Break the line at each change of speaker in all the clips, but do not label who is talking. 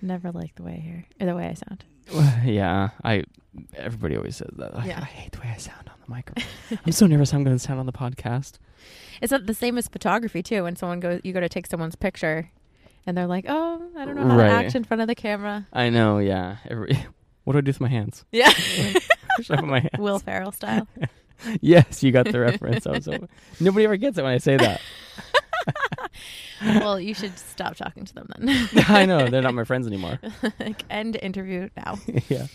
Never liked the way I hear or the way I sound.
yeah, I. Everybody always says that. I-
Yeah.
I, hate the way I sound on the microphone. I'm so nervous. I'm going to sound on the podcast.
It's not the same as photography too. When someone goes, you go to take someone's picture, and they're like, "Oh, I don't know how
Right.
to act in front of the camera."
I know. Yeah. Every. What do I do with my hands?
Yeah,
Where should I put my hands?
Will Ferrell style.
Yes, you got the reference. I was so, nobody ever gets it when I say that.
well, you should stop talking to them then.
I know they're not my friends anymore.
like, end interview now.
yeah,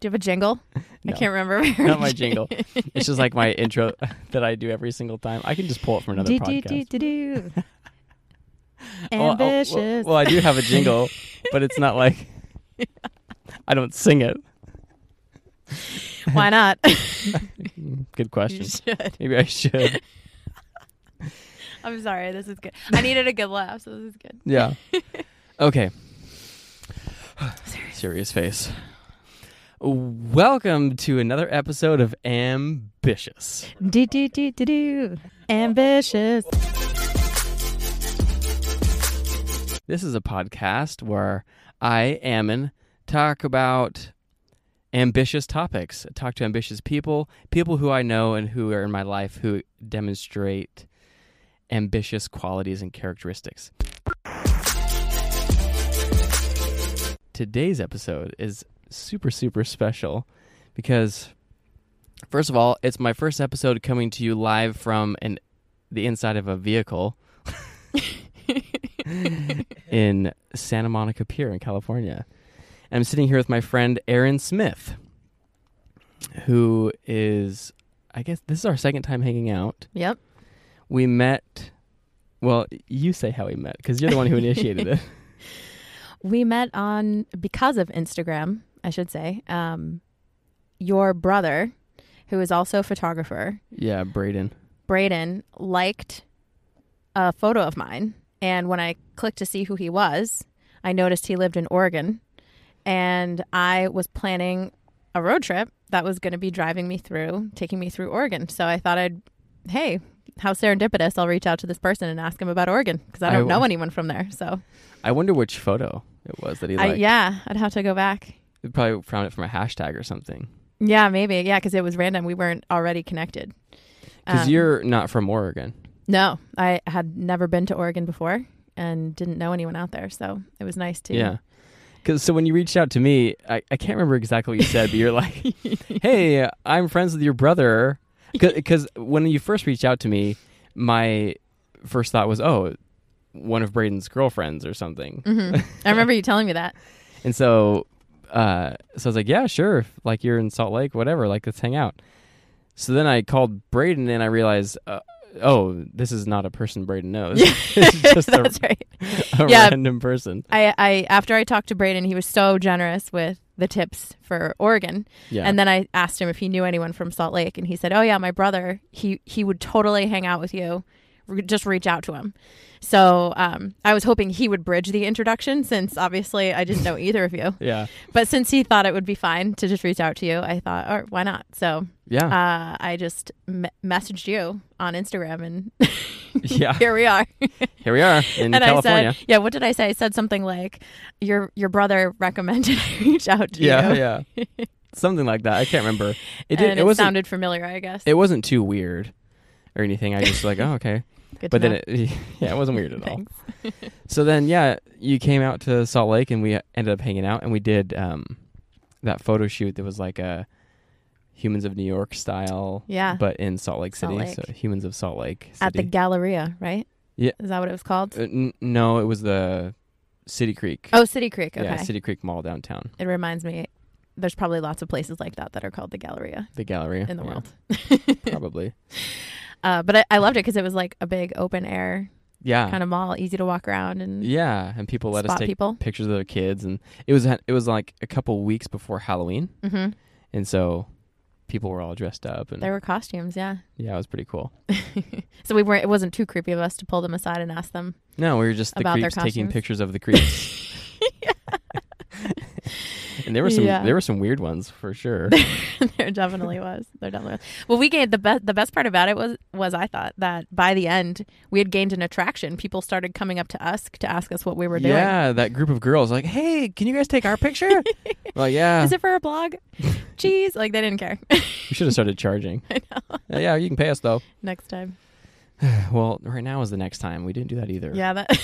Do you have a jingle?
No.
I can't remember.
not my jingle. It's just like my intro that I do every single time. I can just pull it from another
do, do,
podcast.
do, do, do.
Well, oh, well,
Ambitious.
Well, I do have a jingle, but it's not like I don't sing it.
Why not?
Mm, Good
you
question.
should.
Maybe I should.
I'm sorry. This is good. I needed a good laugh, so this is good.
Yeah. Okay. Serious face. Welcome to another episode of Ambitious.
Do, do, do, do, do. Ambitious.
This is a podcast where I, Ammon, talk about ambitious topics. I talk to ambitious people, people who I know and who are in my life who demonstrate ambitious qualities and characteristics. Today's episode is super, super special because, first of all, it's my first episode coming to you live from an, the inside of a vehicle in Santa Monica Pier in California. And I'm sitting here with my friend Aaron Smith, who is, I guess, this is our second time hanging out.
Yep.
We met, well, you say how we met because you're the one who initiated it.
We met on because of Instagram, I should say. Um, your brother, who is also a photographer,
Yeah, Braden.
Braden, liked a photo of mine. And when I clicked to see who he was, I noticed he lived in Oregon. And I was planning a road trip that was going to be driving me through, taking me through Oregon. So I thought I'd, hey, how serendipitous, I'll reach out to this person and ask him about Oregon because I
I
don't
w-
know anyone from there. So
I wonder which photo it was that he
I,
liked.
yeah, I'd have to go back.
He probably found it from a hashtag or something.
Yeah, maybe. Yeah, because it was random. We weren't already connected.
Because
Um,
you're not from Oregon.
no, I had never been to Oregon before and didn't know anyone out there, so it was nice to
Yeah. Cause so when you reached out to me, I, I can't remember exactly what you said, but you're like, "Hey, I'm friends with your brother." Because when you first reached out to me, my first thought was, "Oh, one of Braden's girlfriends or something."
hmm I remember you telling me that.
And so, uh, so I was like, "Yeah, sure. If, Like you're in Salt Lake, whatever. Like let's hang out." So then I called Braden and I realized, uh, "Oh, this is not a person Braden knows. it's just a,
That's right.
a
Yeah.
random person."
I, I after I talked to Braden, he was so generous with the tips for Oregon,
Yeah.
and then I asked him if he knew anyone from Salt Lake, and he said, "Oh yeah, my brother. He he would totally hang out with you. Re- just reach out to him." So um, I was hoping he would bridge the introduction, since obviously I didn't know either of you.
yeah.
But since he thought it would be fine to just reach out to you, I thought, or why not? So
Yeah.
uh, I just me- messaged you on Instagram, and Um,
yeah.
here we are.
Here we are in
and
California.
I said, yeah, what did I say? I said something like, your your brother recommended I reach out to
yeah,
you.
yeah, something like that. I can't remember. It
and
did.
it,
It wasn't.
sounded familiar, I guess.
it wasn't too weird or anything. I just like, oh, okay.
Good
But
to
then, it, yeah, it wasn't weird at all.
Thanks.
So then, yeah, you came out to Salt Lake, and we ended up hanging out, and we did um, that photo shoot that was like a Humans of New York style,
Yeah.
but in Salt Lake City.
Salt
So Humans of Salt Lake City.
At the Galleria, right?
Yeah.
Is that what it was called?
Uh, n- no, it was the City Creek.
Oh, City Creek. Okay.
Yeah, City Creek Mall downtown,
it reminds me. There's probably lots of places like that that are called the Galleria
the gallery
in the
yeah,
world.
probably.
Uh, but I, I loved it because it was like a big open air
Yeah,
kind of mall, easy to walk around and
Ah. Yeah, and people let us
spot
take
people.
pictures of their kids, and it was it was like a couple weeks before Halloween,
hmm
and so people were all dressed up, and
There were costumes, yeah.
yeah, it was pretty cool.
So we weren't. It wasn't too creepy of us to pull them aside and ask them.
No, we were just the
About their
creeps taking
costumes.
pictures of the creeps. And there were some
Yeah.
there were some weird ones for sure.
there definitely was. There definitely was. Well, we gained the best. The best part about it was was I thought that by the end we had gained an attraction. People started coming up to us to ask us what we were doing.
yeah, that group of girls like, "Hey, can you guys take our picture?" We're like, yeah.
Is it for a blog? Jeez, like they didn't care.
we should have started charging. I know. Yeah, you can pay us though.
Next time,
Well, right now is the next time. We didn't do that either.
yeah, that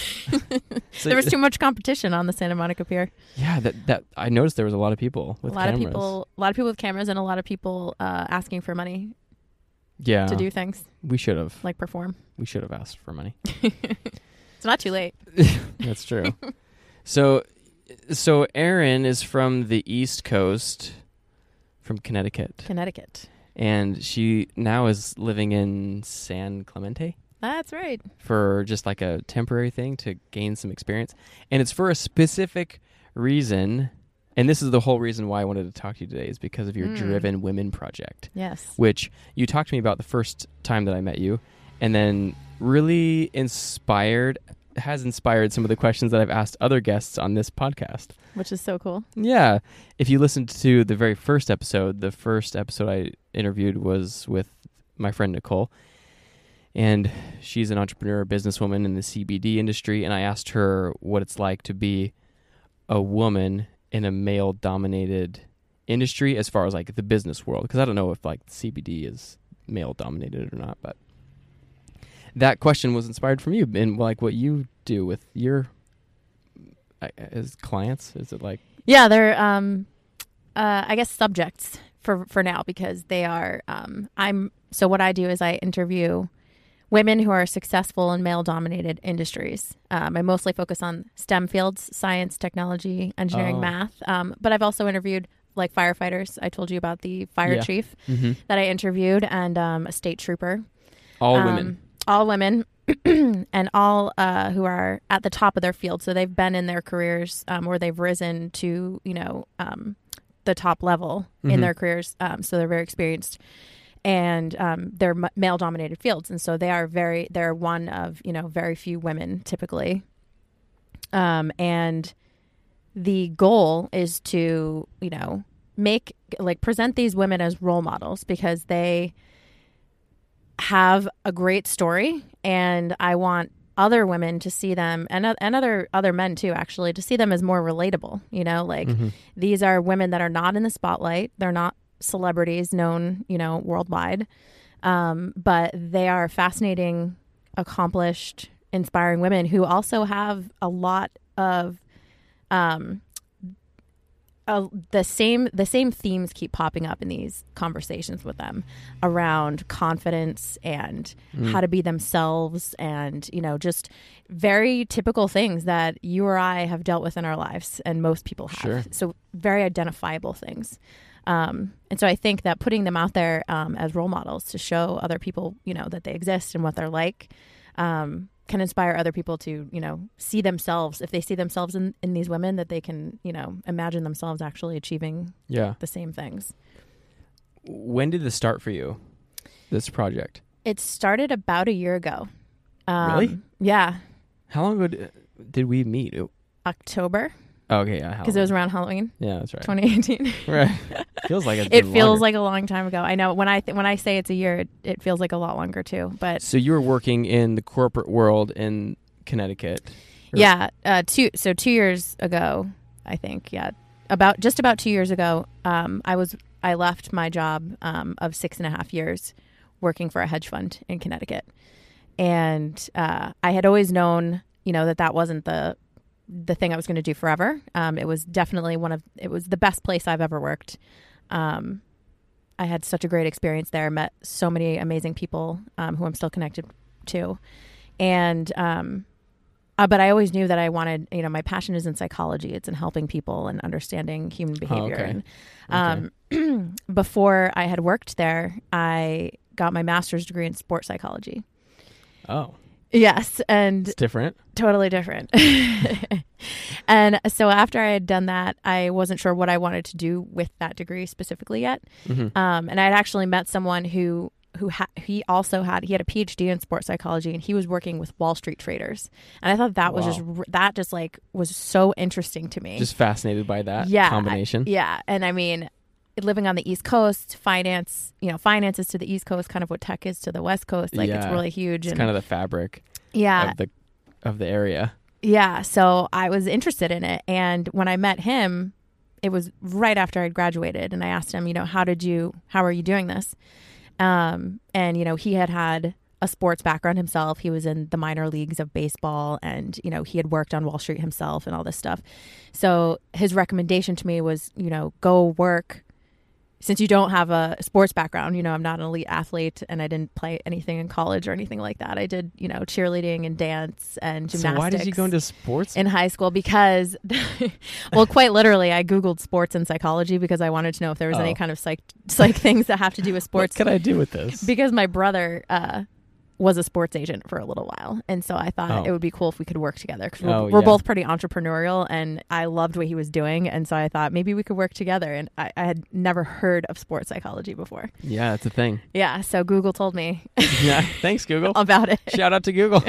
So-
there was too much competition on the Santa Monica Pier.
Yeah, that that I noticed there was a lot of people with
a lot
cameras.
of people, a lot of people with cameras, and a lot of people uh, asking for money
yeah,
to do things
we should have
like perform.
we should have asked for money.
It's not too late.
That's true. so, so Erin is from the East Coast, from Connecticut,
Connecticut.
and she now is living in San Clemente
That's right.
for just like a temporary thing to gain some experience, and it's for a specific reason. And this is the whole reason why I wanted to talk to you today is because of your
Mm.
Driven Women project.
Yes.
which you talked to me about the first time that I met you, and then really inspired has inspired some of the questions that I've asked other guests on this podcast.
Which is so cool.
Yeah, if you listened to the very first episode, the first episode I interviewed was with my friend Nicole. And she's an entrepreneur, businesswoman in the CBD industry. And I asked her what it's like to be a woman in a male dominated industry as far as like the business world. Because I don't know if like CBD is male dominated or not. But that question was inspired from you and like what you do with your I- as clients. Is it like,
Yeah, they're um, uh, I guess subjects for for now because they are um, I'm so what I do is I interview women who are successful in male dominated industries. Um, I mostly focus on STEM fields: science, technology, engineering,
Oh.
math. Um, but I've also interviewed like firefighters. I told you about the fire
Yeah.
chief
Mm-hmm.
that I interviewed and um, a state trooper.
all
Um,
women?
all women and all uh, who are at the top of their field so they've been in their careers um, or they've risen to you know um, the top level
Mhm.
in their careers um, so they're very experienced and um, they're m- male dominated fields and so they are very they're one of you know very few women typically um, and the goal is to you know make like present these women as role models because they have a great story and I want other women to see them and, and other other men too actually to see them as more relatable you know like these are women that are not in the spotlight they're not celebrities known you know worldwide um, but they are fascinating accomplished inspiring women who also have a lot of um, uh, the same the same themes keep popping up in these conversations with them around confidence and how to be themselves and you know just very typical things that you or I have dealt with in our lives and most people have
Sure.
so very identifiable things um, and so I think that putting them out there um, as role models to show other people you know that they exist and what they're like um, can inspire other people to you know see themselves if they see themselves in, in these women that they can you know imagine themselves actually achieving
Yeah.
the same things
When did this start for you? This project.
it started about a year ago um,
Really?
yeah
How long ago did, did we meet? Oh,
october
Okay, yeah.
because it was around halloween
yeah, that's right.
2018
Right. feels like it's
it
been
feels
longer.
like a long time ago i know when i th- when i say it's a year it, it feels like a lot longer too but
So you were working in the corporate world in Connecticut. Or-
Yeah, uh, two. So two years ago, I think. Yeah, about just about two years ago, um, I was I left my job um, of six and a half years working for a hedge fund in Connecticut, and uh, I had always known, you know, that that wasn't the the thing I was going to do forever. Um, it was definitely one of it was the best place I've ever worked. Um, I had such a great experience there. Met so many amazing people um, who I'm still connected to, and um, uh, but I always knew that I wanted, you know, my passion is in psychology. It's in helping people and understanding human behavior.
okay.
And, um, before I had worked there, I got my master's degree in sports psychology.
Oh,
Yes, and
it's different.
totally different. and so after I had done that, I wasn't sure what I wanted to do with that degree specifically yet.
Mhm.
Um, and I'd actually met someone who who ha- he also had he had a PhD in sports psychology and he was working with Wall Street traders. And I thought that was
Wow.
just r- that just like was so interesting to me.
Just fascinated by that
yeah, I-
combination.
yeah, and I mean living on the East Coast, finance, you know, finance is to the East Coast kind of what tech is to the West Coast. Like it's
Yeah.
really huge
It's
and
kind of the fabric
yeah.
of the of the area.
Yeah, so I was interested in it and when I met him, it was right after I'd graduated and I asked him, you know, how did you how are you doing this? Um and you know, he had had a sports background himself. He was in the minor leagues of baseball and, you know, he had worked on Wall Street himself and all this stuff. So his recommendation to me was, you know, go work since you don't have a sports background, you know, I'm not an elite athlete and I didn't play anything in college or anything like that. I did, you know, cheerleading and dance and gymnastics
So why did you go into sports?
in high school because well quite literally i googled sports and psychology because i wanted to know if there was
Oh.
any kind of psych psych things that have to do with
what
sports
can I do with this?
because my brother uh was a sports agent for a little while and so i thought
Oh.
it would be cool if we could work together 'cause
Oh,
we're, we're
yeah.
both pretty entrepreneurial and i loved what he was doing and so i thought maybe we could work together and i, I had never heard of sports psychology before
yeah, that's a thing.
yeah so google told me
Yeah. Thanks, Google.
about it
Shout out to Google.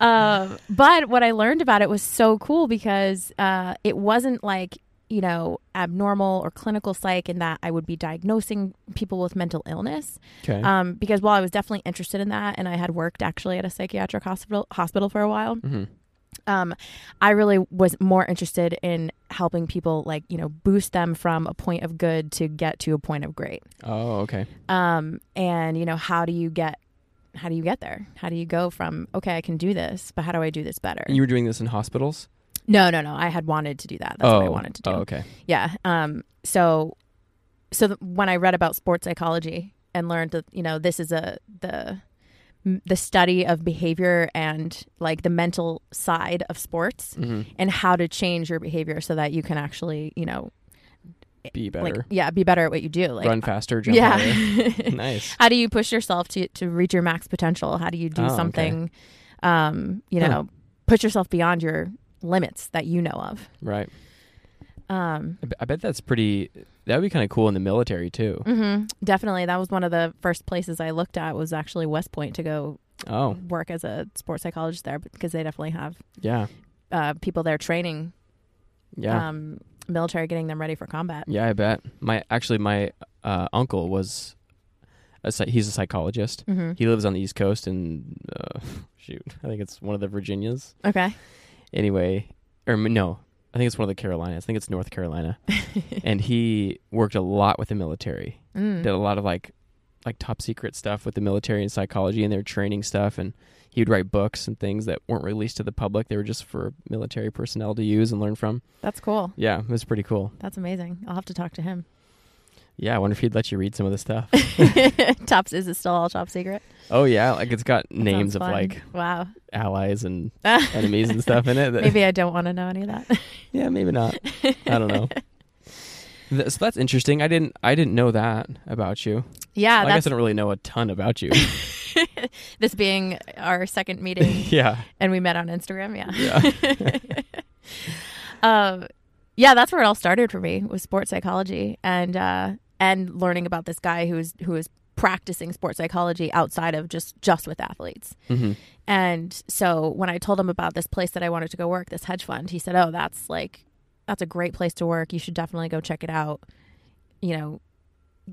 um, but what I learned about it was so cool because uh, it wasn't like you know abnormal or clinical psych in that I would be diagnosing people with mental illness.
Okay.
Um, because while I was definitely interested in that, and I had worked actually at a psychiatric hospital hospital for a while,
hmm
um, I really was more interested in helping people like you know boost them from a point of good to get to a point of great
Oh, okay.
um, and you know how do you get how do you get there how do you go from okay i can do this but how do i do this better
And you were doing this in hospitals?
no no no i had wanted to do that that's
oh,
what i wanted to do
Oh, okay.
yeah um, so so th- when i read about sports psychology and learned that you know this is a the m- the study of behavior and like the mental side of sports
hmm
and how to change your behavior so that you can actually you know
Be better.
like yeah be better at what you do like
Run faster, jump higher.
yeah
Nice.
how do you push yourself to to reach your max potential how do you do
Oh, okay.
something um you
Huh.
know put yourself beyond your limits that you know of
Right.
um
I b- I bet that's pretty, that would be kind of cool in the military too.
mhm, definitely that was one of the first places i looked at was actually west point to go
Oh,
work as a sports psychologist there because they definitely have
yeah.
uh, people there training
Yeah.
um military getting them ready for combat
Yeah, I bet. My actually, my uh, uncle was a psy- he's a psychologist.
hmm
He lives on the East Coast, and uh, shoot, I think it's one of the Virginias.
okay
Anyway, or m- no, I think it's one of the Carolinas. I think it's North Carolina. and he worked a lot with the military.
Mm.
Did a lot of like like top secret stuff with the military and psychology and their training stuff. And he would write books and things that weren't released to the public. They were just for military personnel to use and learn from.
that's cool
Yeah, it was pretty cool.
that's amazing i'll have to talk to him
Yeah, I wonder if he'd let you read some of the stuff.
tops is it still all top secret
Oh yeah, like it's got
That
names
sounds
of
fun.
like
wow
allies and enemies and stuff in it. that-
Maybe I don't want to know any of that.
Yeah, maybe not. I don't know. Th- So that's interesting. I didn't I didn't know that about you.
Yeah,
Well, I guess
Ah, that's
I don't really know a ton about you.
this being our second meeting,
yeah.
and we met on Instagram. Yeah,
Yeah.
um, yeah, that's where it all started for me was sports psychology and uh, and learning about this guy who's who is practicing sports psychology outside of just just with athletes.
hmm
And so when I told him about this place that I wanted to go work, this hedge fund, he said, "Oh, that's like that's a great place to work. You should definitely go check it out. You know,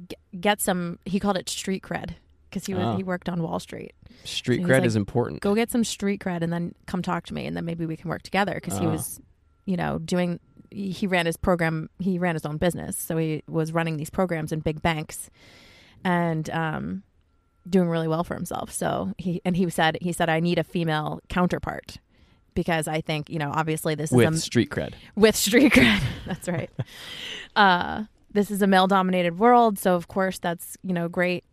g- get some." He called it street cred because he was
Oh.
he worked on Wall Street.
Street
So he's
cred
like,
is important.
Go get some street cred and then come talk to me, and then maybe we can work together because he
Ah.
was, you know, doing. He ran his program. He ran his own business, so he was running these programs in big banks, and um, doing really well for himself. So he and he said he said I need a female counterpart because I think you know obviously this
with
is a
street cred.
with street cred. that's right. Uh, this is a male dominated world, so of course that's you know great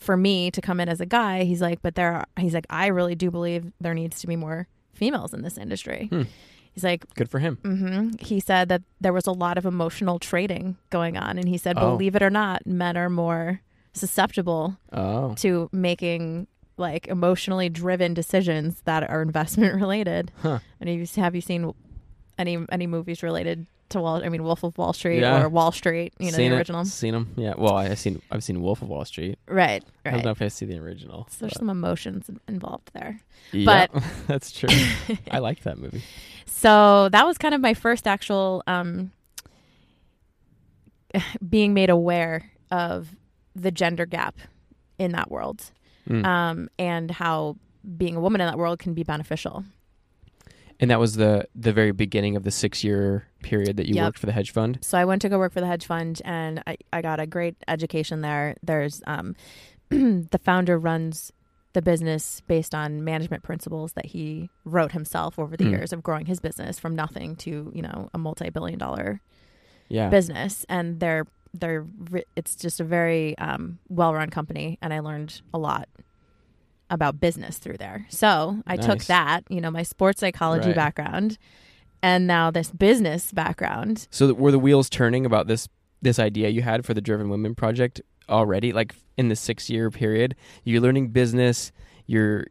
for me to come in as a guy. He's like, but there, are, he's like, I really do believe there needs to be more females in this industry.
Hmm.
He's like,
Good for him.
hmm he said that there was a lot of emotional trading going on, and he said,
Oh.
believe it or not, men are more susceptible
Oh.
to making like emotionally driven decisions that are investment related.
Huh.
And have you have you seen any any movies related to Wall. I mean, Wolf of Wall Street
Yeah.
or Wall Street. You know,
seen
the
it,
original.
Seen them. Yeah. Well, I, I've seen I've seen Wolf of Wall Street.
Right.
I don't
Right.
know if I see the original.
So there's
but-
some emotions involved there.
yeah, that's true. I like that movie.
So that was kind of my first actual um, being made aware of the gender gap in that world
Mm.
um, and how being a woman in that world can be beneficial.
and that was the the very beginning of the six year period that you
Yep.
worked for the hedge fund.
So I went to go work for the hedge fund and I, I got a great education there. There's um, the founder runs the business based on management principles that he wrote himself over the
Hmm.
years of growing his business from nothing to, you know, a multi-billion dollar
Yeah.
business and they're they're ri- it's just a very um, well-run company and i learned a lot about business through there so i took
Nice.
that you know my sports psychology
Right.
background and now this business background
So th- were the wheels turning about this this idea you had for the Driven Women project already? Like in the six year period, you're learning business. You're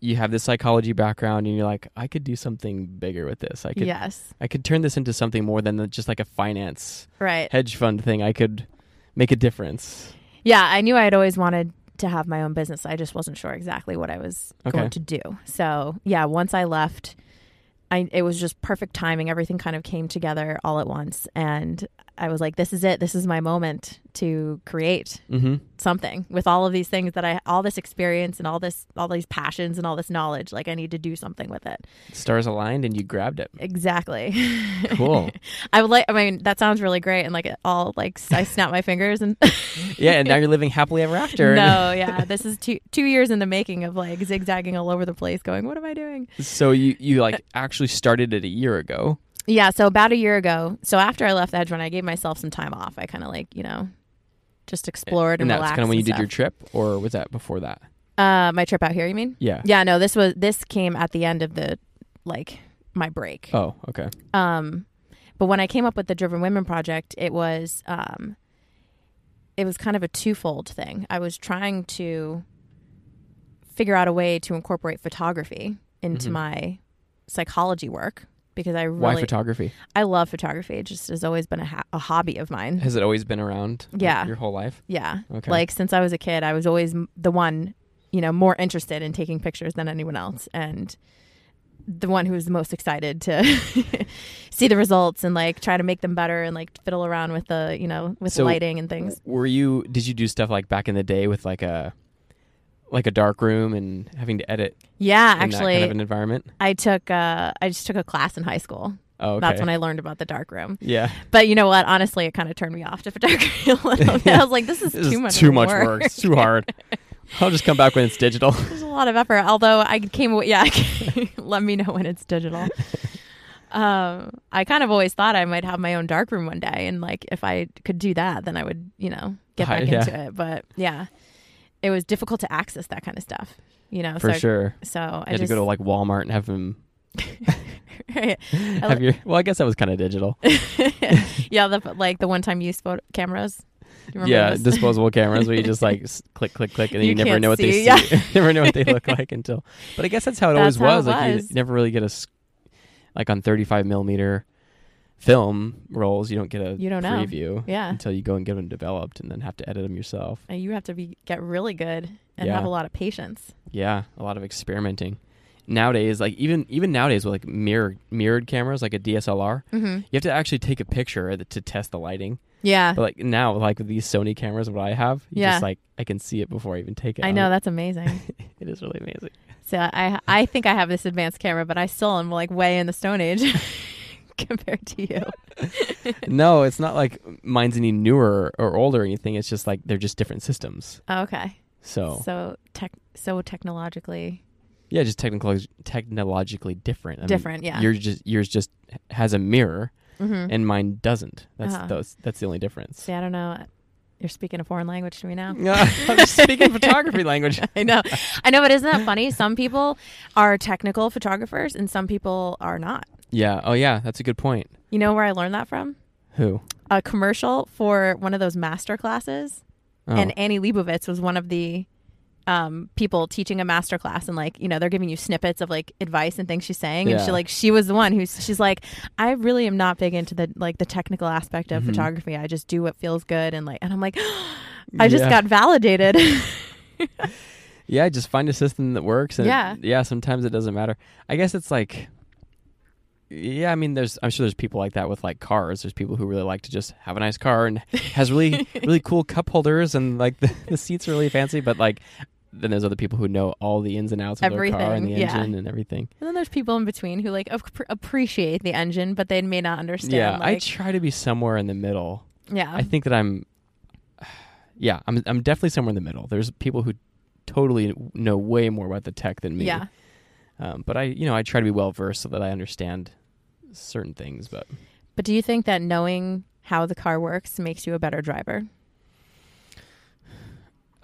you have this psychology background, and you're like, I could do something bigger with this. I could
yes
I could turn this into something more than just like a finance
right
hedge fund thing. I could make a difference.
yeah i knew i'd always wanted to have my own business i just wasn't sure exactly what i was
Okay.
going to do so yeah once i left I, it was just perfect timing everything kind of came together all at once and i was like this is it this is my moment to create
Mm-hmm.
something with all of these things that I all this experience and all this all these passions and all this knowledge like I need to do something with it.
Stars aligned, and you grabbed it.
Exactly.
Cool.
I would like I mean that sounds really great and like it all like s- I snap my fingers and
yeah, and now you're living happily ever after.
No, yeah. This is 2 2 years in the making of like zigzagging all over the place going what am I doing?
So you you like actually started it a year ago.
Yeah, so about a year ago, so after I left Edge when I gave myself some time off, I kind of like, you know, just explored and,
and that's
relaxed
kind of when you
and
did your
stuff.
trip, or was that before that?
uh my trip out here, you mean?
Yeah.
Yeah, no, this was this came at the end of the like my break.
Oh, okay.
Um, but when I came up with the Driven Women Project, it was um, it was kind of a twofold thing. I was trying to figure out a way to incorporate photography into
Mhm.
my psychology work because I
Why
really
photography?
I love photography. It just has always been a, ha- a hobby of mine.
Has it always been around? like,
Yeah.
your whole life.
Yeah,
Okay.
like since I was a kid, I was always m- the one you know more interested in taking pictures than anyone else and the one who was the most excited to see the results and like try to make them better and like fiddle around with the you know with
So- uh,
lighting and things
were you? Did you do stuff like back in the day with like a like a dark room and having to edit
yeah
in that
actually
kind of an environment?
i took uh i just took a class in high school
Oh, okay.
that's when i learned about the dark room
Yeah.
but you know what honestly it kind of turned me off to photography a little bit i was like this is
This
too much
too much work. It's too hard. I'll just come back when it's digital.
There's a lot of effort. Although I came away, yeah, let me know when it's digital. Um, I kind of always thought I might have my own dark room one day, and like if I could do that, then I would, you know, get
Hi-
back
yeah.
into it. But yeah, it was difficult to access that kind of stuff, you know.
For
so,
sure.
So
You
I
had
just
to go to like Walmart and have them
Right.
have your. Well, I guess that was kind of digital.
yeah, the like the one-time use photo cameras. Do you remember
yeah,
those?
disposable cameras where you just like s- click, click, click, and then you,
You
never
can't
know what they
see,
see.
yeah.
never know what they look like until. But I guess that's how it always
That's how it
was. Like you
was.
never really get a s- like on thirty-five millimeter film rolls. You don't get a
You don't know.
preview
yeah,
until you go and get them developed, and then have to edit them yourself.
and you have to be get really good and
Yeah.
have a lot of patience.
Yeah, a lot of experimenting. Nowadays, like even even nowadays with like mirror mirrored cameras, like a DSLR,
Mm-hmm.
you have to actually take a picture to test the lighting.
Yeah,
But like now, like with these Sony cameras, what I have, you
Yeah.
just like I can see it before I even take it.
I
I'm
know
like,
that's amazing.
it is really amazing.
So I I think I have this advanced camera, but I still am like way in the stone age compared to you.
no, it's not like mine's any newer or older or anything. It's just like they're just different systems.
Okay.
So
So tech so technologically
yeah, just technical technologically different. I mean,
different, yeah.
Yours just yours just has a mirror
hmm
and mine doesn't. That's
Uh-huh.
that's, that's the only difference.
See, I don't know. You're speaking a foreign language to me now.
I'm just speaking photography language.
I know. I know, but isn't that funny? Some people are technical photographers and some people are not.
Yeah. Oh yeah, that's a good point.
You know where I learned that from?
Who?
A commercial for one of those master classes.
Oh.
And Annie Leibovitz was one of the um, people teaching a master class and like you know they're giving you snippets of like advice and things she's saying and
Yeah.
she like she was the one who's she's like I really am not big into the like the technical aspect of
Mhm.
photography I just do what feels good and like and I'm like I just
Yeah.
got validated
Yeah, just find a system that works. And
Yeah.
yeah. Sometimes it doesn't matter. I guess it's like, yeah. I mean, there's. I'm sure there's people like that with like cars. There's people who really like to just have a nice car and has really really cool cup holders and like the, the seats are really fancy. But like, then there's other people who know all the ins and outs of their car and the
Everything, yeah.
engine and everything.
and then there's people in between who like ap- appreciate the engine but they may not understand
yeah,
like,
I
Um,
try to be somewhere in the middle.
yeah
I think that I'm, yeah, I'm I'm definitely somewhere in the middle. There's people who totally know way more about the tech than me.
yeah
Um, but I, you know, I try to be well versed so that I understand certain things. But
but do you think that knowing how the car works makes you a better driver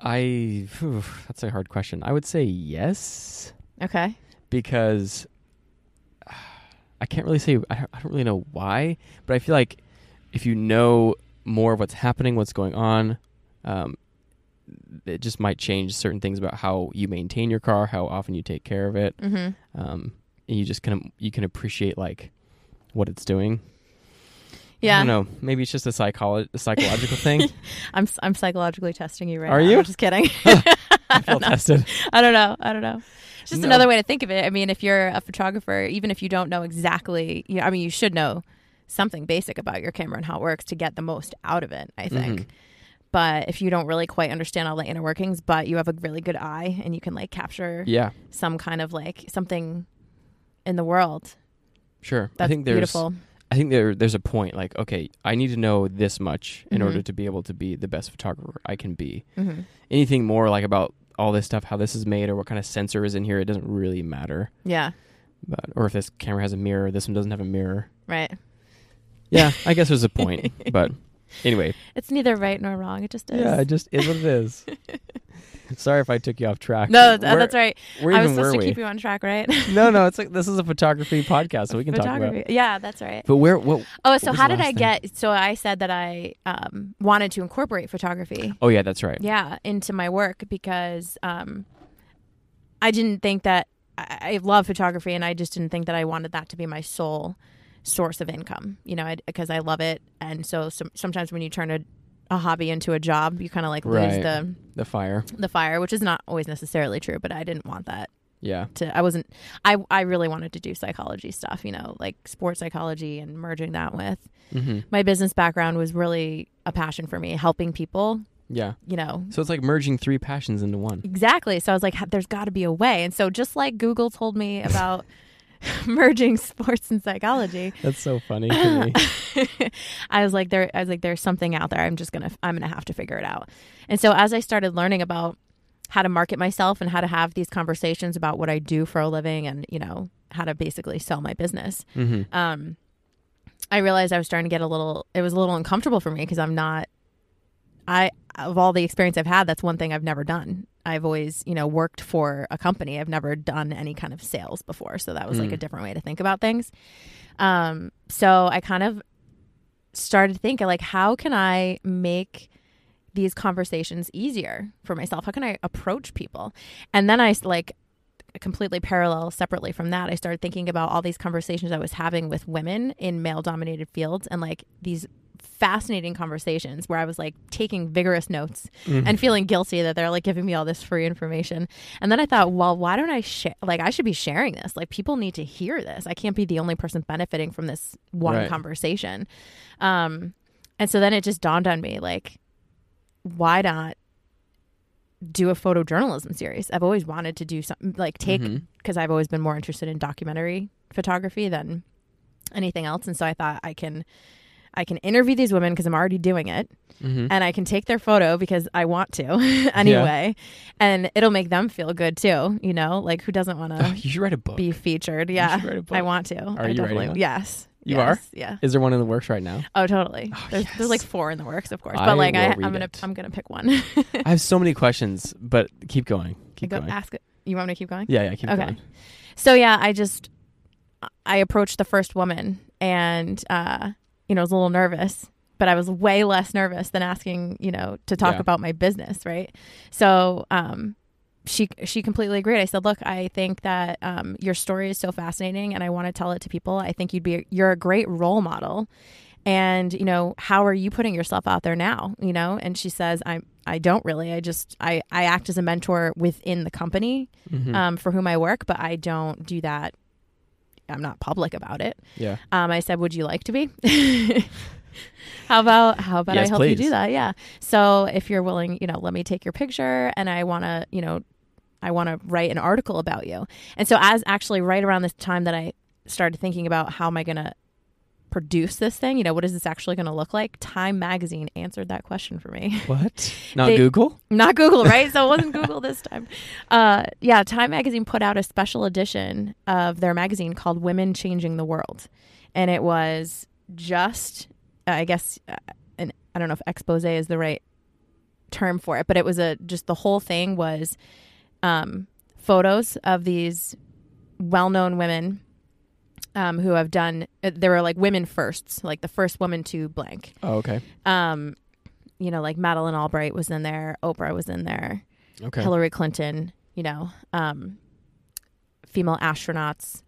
I, phew, that's a hard question. I would say yes
okay
because I can't really say I don't, I don't really know why, but I feel like if you know more of what's happening, what's going on, um, it just might change certain things about how you maintain your car, how often you take care of it.
mm-hmm
um, and you just can you can appreciate like what it's doing.
yeah
I don't know. Maybe it's just a psycholo- a psychological thing.
I'm I'm psychologically testing you right
Are
now.
you?
I'm just kidding.
I feel tested.
I don't know. I don't know. It's just
No.
another way to think of it. I mean, if you're a photographer, even if you don't know exactly, you I mean, you should know something basic about your camera and how it works to get the most out of it. I think.
Mhm.
But if you don't really quite understand all the inner workings, but you have a really good eye and you can like capture
Yeah,
some kind of like something in the world,
sure.
that's
I think there's
beautiful.
I think there there's a point like okay, I need to know this much in
Mhm.
order to be able to be the best photographer I can be.
hmm
Anything more like about all this stuff, how this is made, or what kind of sensor is in here, it doesn't really matter.
Yeah.
But or if this camera has a mirror, this one doesn't have a mirror.
Right.
Yeah, I guess there's a point. But anyway,
It's neither right nor wrong. It just is.
yeah, it just is what it is. Sorry if I took you off track.
no, th-
Where-
that's right.
Where
I
even
was supposed
were
to
we?
keep you on track, right?
no, no, it's like this is a photography podcast, so we can talk about.
Photography. Yeah, that's right.
But where? What?
Oh,
What
so
was
how
the
did I
last
get? So I said that I um, wanted to incorporate photography,
Oh yeah, that's right.
yeah, into my work because um, I didn't think that I, I love photography, and I just didn't think that I wanted that to be my sole source of income. You know, because I love it, and so some, sometimes when you turn a, a hobby into a job, you kind of like
Right.
lose the
The fire.
the fire, which is not always necessarily true. But I didn't want that
Yeah.
to I wasn't I I really wanted to do psychology stuff, you know, like sports psychology and merging that with.
Mm-hmm.
My business background was really a passion for me, helping people,
Yeah.
you know.
So it's like merging three passions into one.
Exactly. So I was like "Ha- there's got to be a way. And so just like Google told me about merging sports and psychology,
That's so funny to me.
I was like there I was like there's something out there. I'm just going to I'm going to have to figure it out. And so as I started learning about how to market myself and how to have these conversations about what I do for a living and, you know, how to basically sell my business.
Mm-hmm.
um, I realized I was starting to get a little. It was a little uncomfortable for me because I'm not. I of all the experience I've had, that's one thing I've never done. I've always, you know, worked for a company. I've never done any kind of sales before, so that was like
Mm.
a different way to think about things. Um, so I kind of started thinking like, how can I make these conversations easier for myself? How can I approach people? And then I s- like completely parallel separately from that i started thinking about all these conversations i was having with women in male dominated fields and like these fascinating conversations where i was like taking vigorous notes
Mm-hmm.
and feeling guilty that they're like giving me all this free information and then i thought well why don't i share like i should be sharing this like people need to hear this i can't be the only person benefiting from this one
Right.
conversation um and so then it just dawned on me like why not do a photojournalism series. I've always wanted to do something like take
Mhm.
because I've always been more interested in documentary photography than anything else and so I thought I can I can interview these women because I'm already doing it
hmm
and I can take their photo because I want to anyway and it'll make them feel good too, you know? Like who doesn't want to
Oh, you should write a book.
be featured?
should
Yeah.
write a book.
I want to. I
you writing
definitely
one?
yes.
You
Yes. Yeah.
Is there one in the works right now?
Oh, totally.
Oh,
there's,
yes.
there's like four in the works, of course.
I
But like
will
I,
read
I'm gonna
it.
I'm gonna pick one.
I have so many questions, but keep going. Keep
go
going.
ask it. You want me to keep going?
yeah, yeah, keep
Okay.
going.
So yeah, I just I approached the first woman and uh, you know, was a little nervous, but I was way less nervous than asking, you know, to talk
Yeah.
about my business, right? So um she she completely agreed. I said, "Look, I think that um, your story is so fascinating, and I want to tell it to people. I think you'd be you're a great role model, and you know how are you putting yourself out there now? You know." And she says, "I I don't really. I just I I act as a mentor within the company
Mhm.
um, for whom I work, but I don't do that. I'm not public about it."
yeah.
Um, I said, "Would you like to be?" how about how about I
Yes,
help you
please.
do that? Yeah. So if you're willing, you know, let me take your picture, and I want to, you know, I want to write an article about you. And so as actually right around this time that I started thinking about how am I going to produce this thing, you know, what is this actually going to look like? Time Magazine answered that question for me
What? Not
They-
Google?
not Google, right? So it wasn't Google this time. Uh, yeah, Time Magazine put out a special edition of their magazine called Women Changing the World. And it was just, uh, I guess, uh, an, I don't know if expose is the right term for it, but it was a, just the whole thing was um, photos of these well known women um, who have done, uh, there were like women firsts, like the first woman to blank
Oh, okay.
um, you know, like Madeleine Albright was in there, Oprah was in there,
Okay.
Hillary Clinton, you know, um, female astronauts,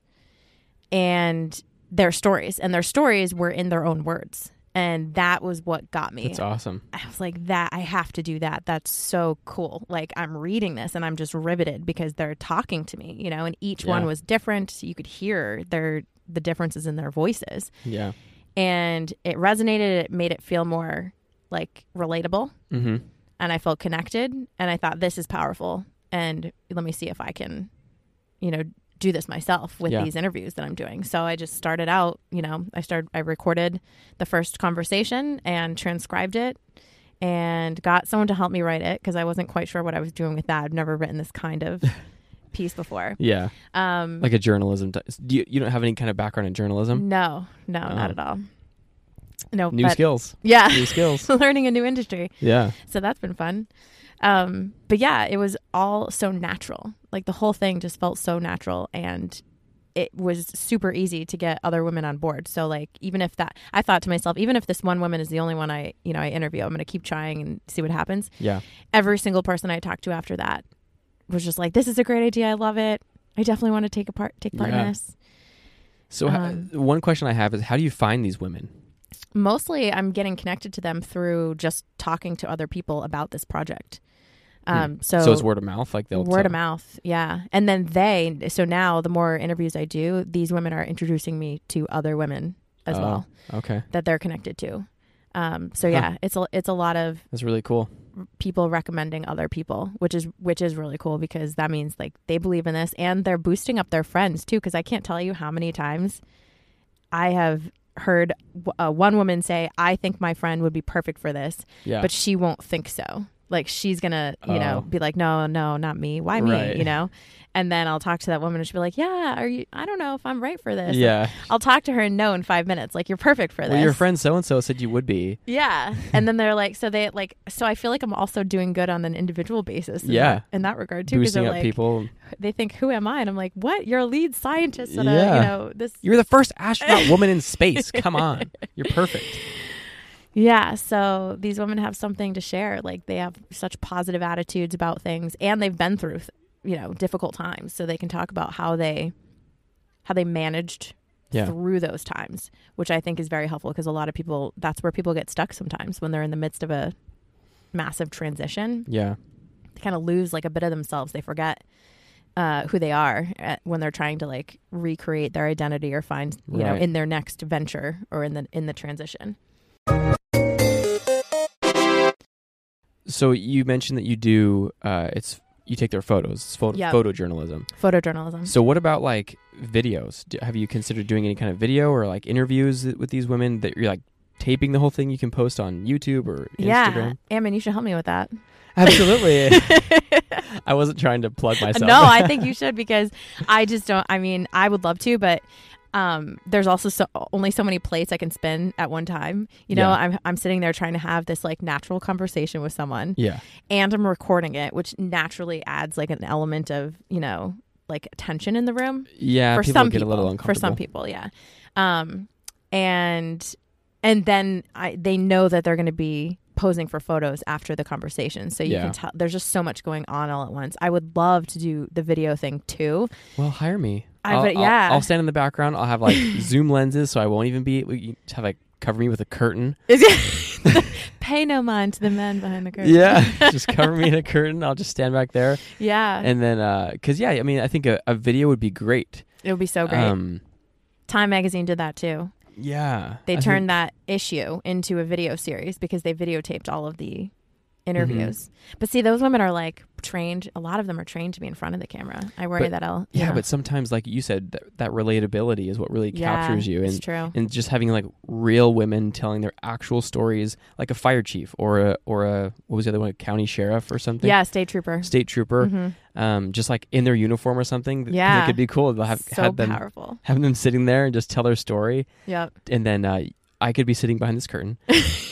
and their stories. And their stories were in their own words. And that was what got me.
That's awesome.
I was like, that, I have to do that. That's so cool. Like, I'm reading this and I'm just riveted because they're talking to me, you know, and each one
Yeah.
was different. You could hear their, the differences in their voices
Yeah.
and it resonated. It made it feel more like relatable,
Mm-hmm.
and I felt connected. And I thought this is powerful. And let me see if I can, you know, do this myself with
Yeah.
these interviews that I'm doing. So I just started out. You know, I started. I recorded the first conversation and transcribed it. And got someone to help me write it because I wasn't quite sure what I was doing with that. I've never written this kind of piece before.
Yeah.
Um,
Like a journalism. T- do you, you don't have any kind of background in journalism?
no, no, not
Oh.
at all. No,
New
but-
skills.
Yeah,
New skills.
learning a new industry.
Yeah.
So that's been fun. Um, but yeah, it was all so natural. Like the whole thing just felt so natural and it was super easy to get other women on board. So like even if that I thought to myself, even if this one woman is the only one I, you know, I interview, I'm going to keep trying and see what happens.
Yeah.
Every single person I talked to after that was just like this is a great idea. I love it. I definitely want to take a part take part
Yeah.
in this.
So ho-
Um,
one question I have is how do you find these women?
mostly I'm getting connected to them through just talking to other people about this project. Um, so,
Hmm. So, it's word of mouth, like they'll
word
tell-
of mouth, yeah. And then they, so now the more interviews I do, these women are introducing me to other women as
Oh.
well
Okay,
that they're connected to. Um, so
Huh.
yeah, it's a it's a lot of
that's really cool.
people recommending other people, which is which is really cool because that means like they believe in this and they're boosting up their friends too. Because I can't tell you how many times I have heard w- uh, one woman say, "I think my friend would be perfect for this,"
Yeah,
but she won't think so. Like she's gonna, you know,
Oh.
be like, "No, no, not me. Why me?"
Right.
You know. And then I'll talk to that woman and she'll be like, "Yeah, are you? I don't know if I'm right for this."
yeah.
I'll talk to her and know in five minutes, like you're perfect for this.
Well, your friend so and so said you would be.
Yeah. And then they're like, so they like, so I feel like I'm also doing good on an individual basis. In
Yeah.
That, in that regard, too. Because
boosting
they're
up
like,
people.
they think, who am I? And I'm like, what? You're a lead scientist at a,
Yeah.
you know, this.
You're the first astronaut woman in space. Come on, you're perfect.
Yeah. So these women have something to share. Like they have such positive attitudes about things and they've been through, th- you know, difficult times. So they can talk about how they, how they managed
Yeah.
through those times, which I think is very helpful because a lot of people, that's where people get stuck sometimes when they're in the midst of a massive transition.
Yeah,
they kind of lose like a bit of themselves. They forget uh, who they are uh when they're trying to like recreate their identity or find you know
Right.
in their next venture or in the in the transition.
So you mentioned that you do. Uh, it's you take their photos. It's photo,
Yeah. Mm-hmm.
photojournalism.
Photojournalism.
So what about like videos? Do, have you considered doing any kind of video or like interviews with these women that you're like taping the whole thing? You can post on YouTube or Instagram.
yeah, Ammon, you should help me with that.
Absolutely. I wasn't trying to plug myself.
no, I think you should because I just don't. I mean, I would love to, but um, there's also so, only so many plates I can spin at one time. You know,
Yeah.
I'm I'm sitting there trying to have this like natural conversation with someone,
yeah.
and I'm recording it, which naturally adds like an element of you know like tension in the room
Yeah.
for
people
some
get
people.
a little
for
uncomfortable.
some people, yeah. Um, and and then I, they know that they're going to be posing for photos after the conversation. So you
Yeah.
can tell there's just so much going on all at once. I would love to do the video thing too.
Well, hire me.
I-
I'll-
but
I'll-
yeah.
I'll, stand in the background. I'll have like zoom lenses, so I won't even be. You just have like cover me with a curtain.
Is it pay no mind to the man behind the curtain?
Yeah, just cover me in a curtain. I'll just stand back there,
Yeah.
and then because yeah, I mean, I think a, a video would be great.
it would be so great.
Um,
Time magazine did that too.
yeah,
They
I think-
turned that issue into a video series because they videotaped all of the interviews.
Mm-hmm.
But see, those women are like trained. A lot of them are trained to be in front of the camera. I worry
But-
that I'll.
Yeah, but sometimes, like you said, that, that relatability is what really captures you,
It's
and
true.
and just having like real women telling their actual stories, like a fire chief or a or a what was the other one, a county sheriff or something,
Yeah, state trooper.
state trooper,
Mhm.
um, just like in their uniform or something. th- 'cause
Yeah.
it could be cool. They'll have
so
had them
powerful.
have them sitting there and just tell their story,
Yep.
and then uh, I could be sitting behind this curtain,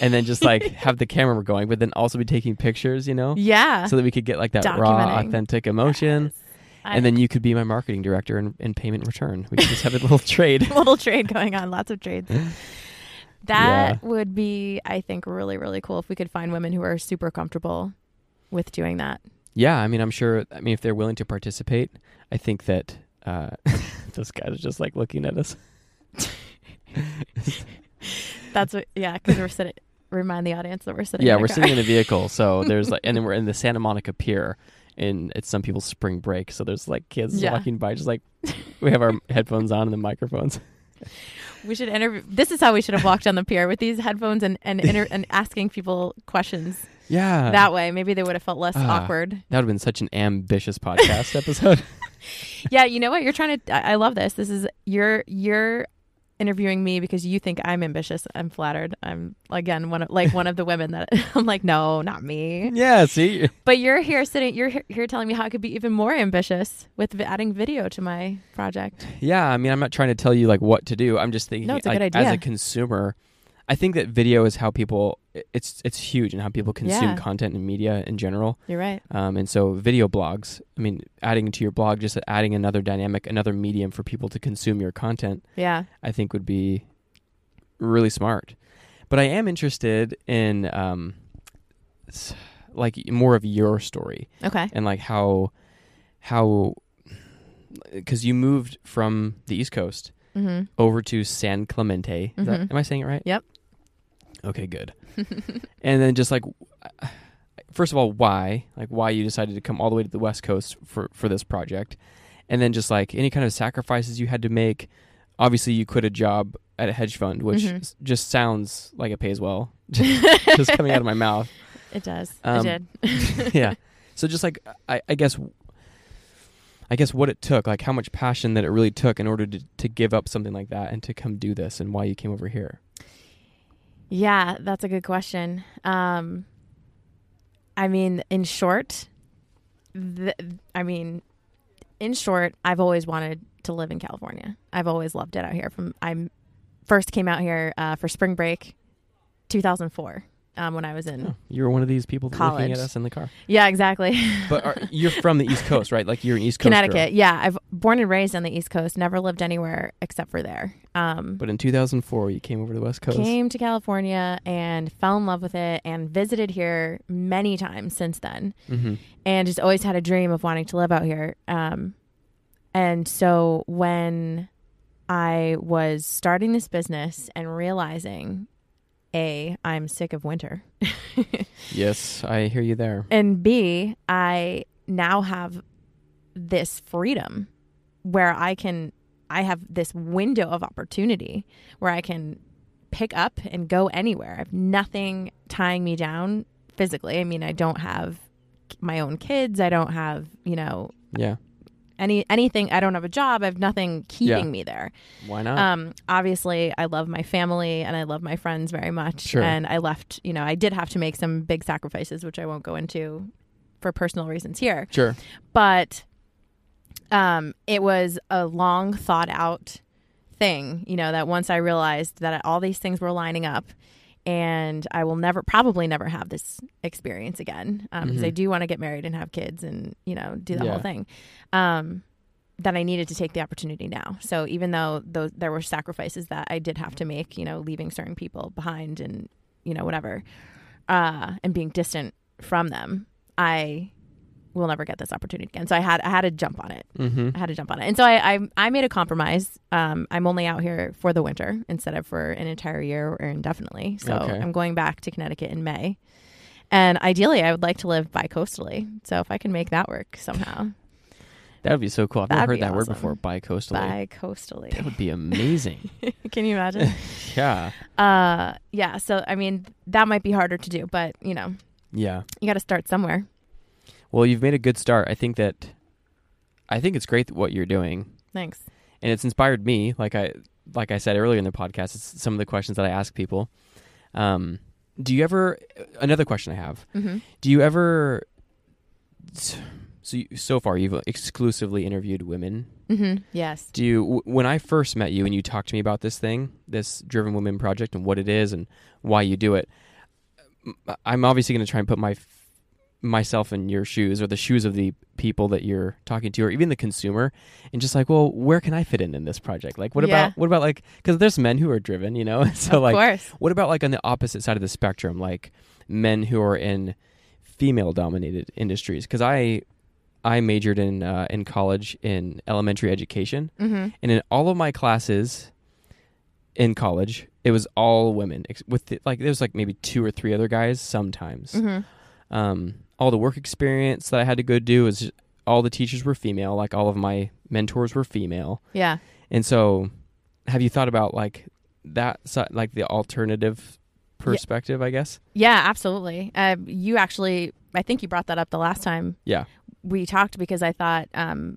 and then just like have the camera going, but then also be taking pictures, you know,
Yeah.
Oh, so that we could get like that raw,
Documenting.
authentic emotion.
Yes. I-
And then you could be my marketing director and, and payment return. We could just have a little trade.
little trade going on, lots of trades. That would be, I think, really, really cool if we could find women who are super comfortable with doing that.
Yeah, I mean, I'm sure. I mean, if they're willing to participate, I think that uh, those guys are just like looking at us.
That's what, yeah, because we're sitting. Remind the audience that we're sitting.
yeah,
in a
we're
car.
sitting in a vehicle, so there's like, and then we're in the Santa Monica Pier, and it's some people's spring break, so there's like kids
Yeah.
walking by, just like we have our headphones on and the microphones.
We should interview. This is how we should have walked on the pier with these headphones and and inter- and asking people questions
Yeah, that
that way. Maybe they would have felt less
Ah.
awkward.
that would have been such an ambitious podcast episode.
Yeah, you know what? You're trying to. I, I love this. This is you're you're interviewing me because you think I'm ambitious. I'm flattered. I'm again one of like one of the women that I'm like, no, not me.
yeah, see,
But you're here sitting. You're he- here telling me how I could be even more ambitious with vi- adding video to my project.
Yeah, I mean, I'm not trying to tell you like what to do. I'm just thinking
No, it's a
like,
good
as
idea.
a consumer, I think that video is how people i- it's it's huge and how people consume
Yeah.
content and media in general.
You're right.
Um, and so video blogs, I mean, adding to your blog, just adding another dynamic, another medium for people to consume your content,
Yeah.
I think would be really smart. But I am interested in um, s- like more of your story
Okay.
and like how how because you moved from the East Coast
Mm-hmm.
over to San Clemente. Is that,
Mhm.
am I saying it right?
Yep.
Okay, good. and then just like, first of all, why? Like, why you decided to come all the way to the West Coast for for this project, and then just like any kind of sacrifices you had to make. Obviously, you quit a job at a hedge fund, which
Mhm.
s- just sounds like it pays well. just coming out of my mouth.
It does.
Um,
it did.
yeah. So just like I, I guess, I guess what it took, like how much passion that it really took in order to to give up something like that and to come do this, and why you came over here.
Yeah, that's a good question. Um, I mean, in short, th- I mean, in short, I've always wanted to live in California. I've always loved it out here. From I first came out here uh, for spring break, 2004, um, when I was in.
Oh, you were one of these people looking
College.
at us in the car.
Yeah, exactly.
But are, you're from the East Coast, right? Like you're an East Coast
Connecticut. Yeah, I've born and raised on the East Coast. Never lived anywhere except for there. Um,
But in 2004, you came over to the West Coast.
Came to California and fell in love with it and visited here many times since then
hmm
and just always had a dream of wanting to live out here. Um, and so when I was starting this business and realizing, A, I'm sick of winter,
Yes, I hear you there.
and B, I now have this freedom where I can, I have this window of opportunity where I can pick up and go anywhere. I have nothing tying me down physically. I mean, I don't have my own kids. I don't have, you know,
Yeah.
any anything. I don't have a job. I have nothing keeping
Yeah.
me there.
Why not?
Um, obviously, I love my family and I love my friends very much.
Sure.
And I left, you know, I did have to make some big sacrifices, which I won't go into for personal reasons here.
sure.
But um, it was a long thought out thing, you know, that once I realized that all these things were lining up and I will never, probably never have this experience again because
Mhm.
I do want to get married and have kids and, you know, do the
Yeah.
whole thing. Um, that I needed to take the opportunity now. So even though those, there were sacrifices that I did have to make, you know, leaving certain people behind and, you know, whatever, uh, and being distant from them, I will never get this opportunity again. So I had I had to jump on it.
Mm-hmm.
I had to jump on it. And so I I, I made a compromise. Um, I'm only out here for the winter instead of for an entire year or indefinitely. So
Okay.
I'm going back to Connecticut in May. And ideally, I would like to live bi-coastally. So if I can make that work somehow,
That would be so cool. I've never
That'd
heard
be
that word
awesome.
before. Bicoastally. that
bi-coastally.
would be amazing.
can you imagine?
yeah.
uh, yeah. So I mean, that might be harder to do, but you know,
Yeah.
you got to start somewhere.
Well, you've made a good start. I think that I think it's great that what you're doing,
Thanks.
and it's inspired me. Like I like I said earlier in the podcast, it's some of the questions that I ask people. Um, do you ever? Another question I have:
hmm
Do you ever? So you- so far, you've exclusively interviewed women.
hmm Yes.
Do you? w- When I first met you and you talked to me about this thing, this Driven Women project, and what it is and why you do it, m- I'm obviously going to try and put my f- myself in your shoes or the shoes of the people that you're talking to or even the consumer and just like well where can i fit in in this project like what
Yeah.
about what about like because there's men who are driven you know so
of
like
course.
what about like on the opposite side of the spectrum, like men who are in female-dominated industries? Because I I majored in uh, in college in elementary education,
hmm
and in all of my classes in college, it was all women. ex- With the, like there's like maybe two or three other guys sometimes.
hmm
Um, all the work experience that I had to go do is just- all the teachers were female. Like all of my mentors were female.
Yeah.
And so, have you thought about like that side, like the alternative perspective? I guess.
Yeah, absolutely. Um, you actually, I think you brought that up the last time.
Yeah.
we talked because I thought um,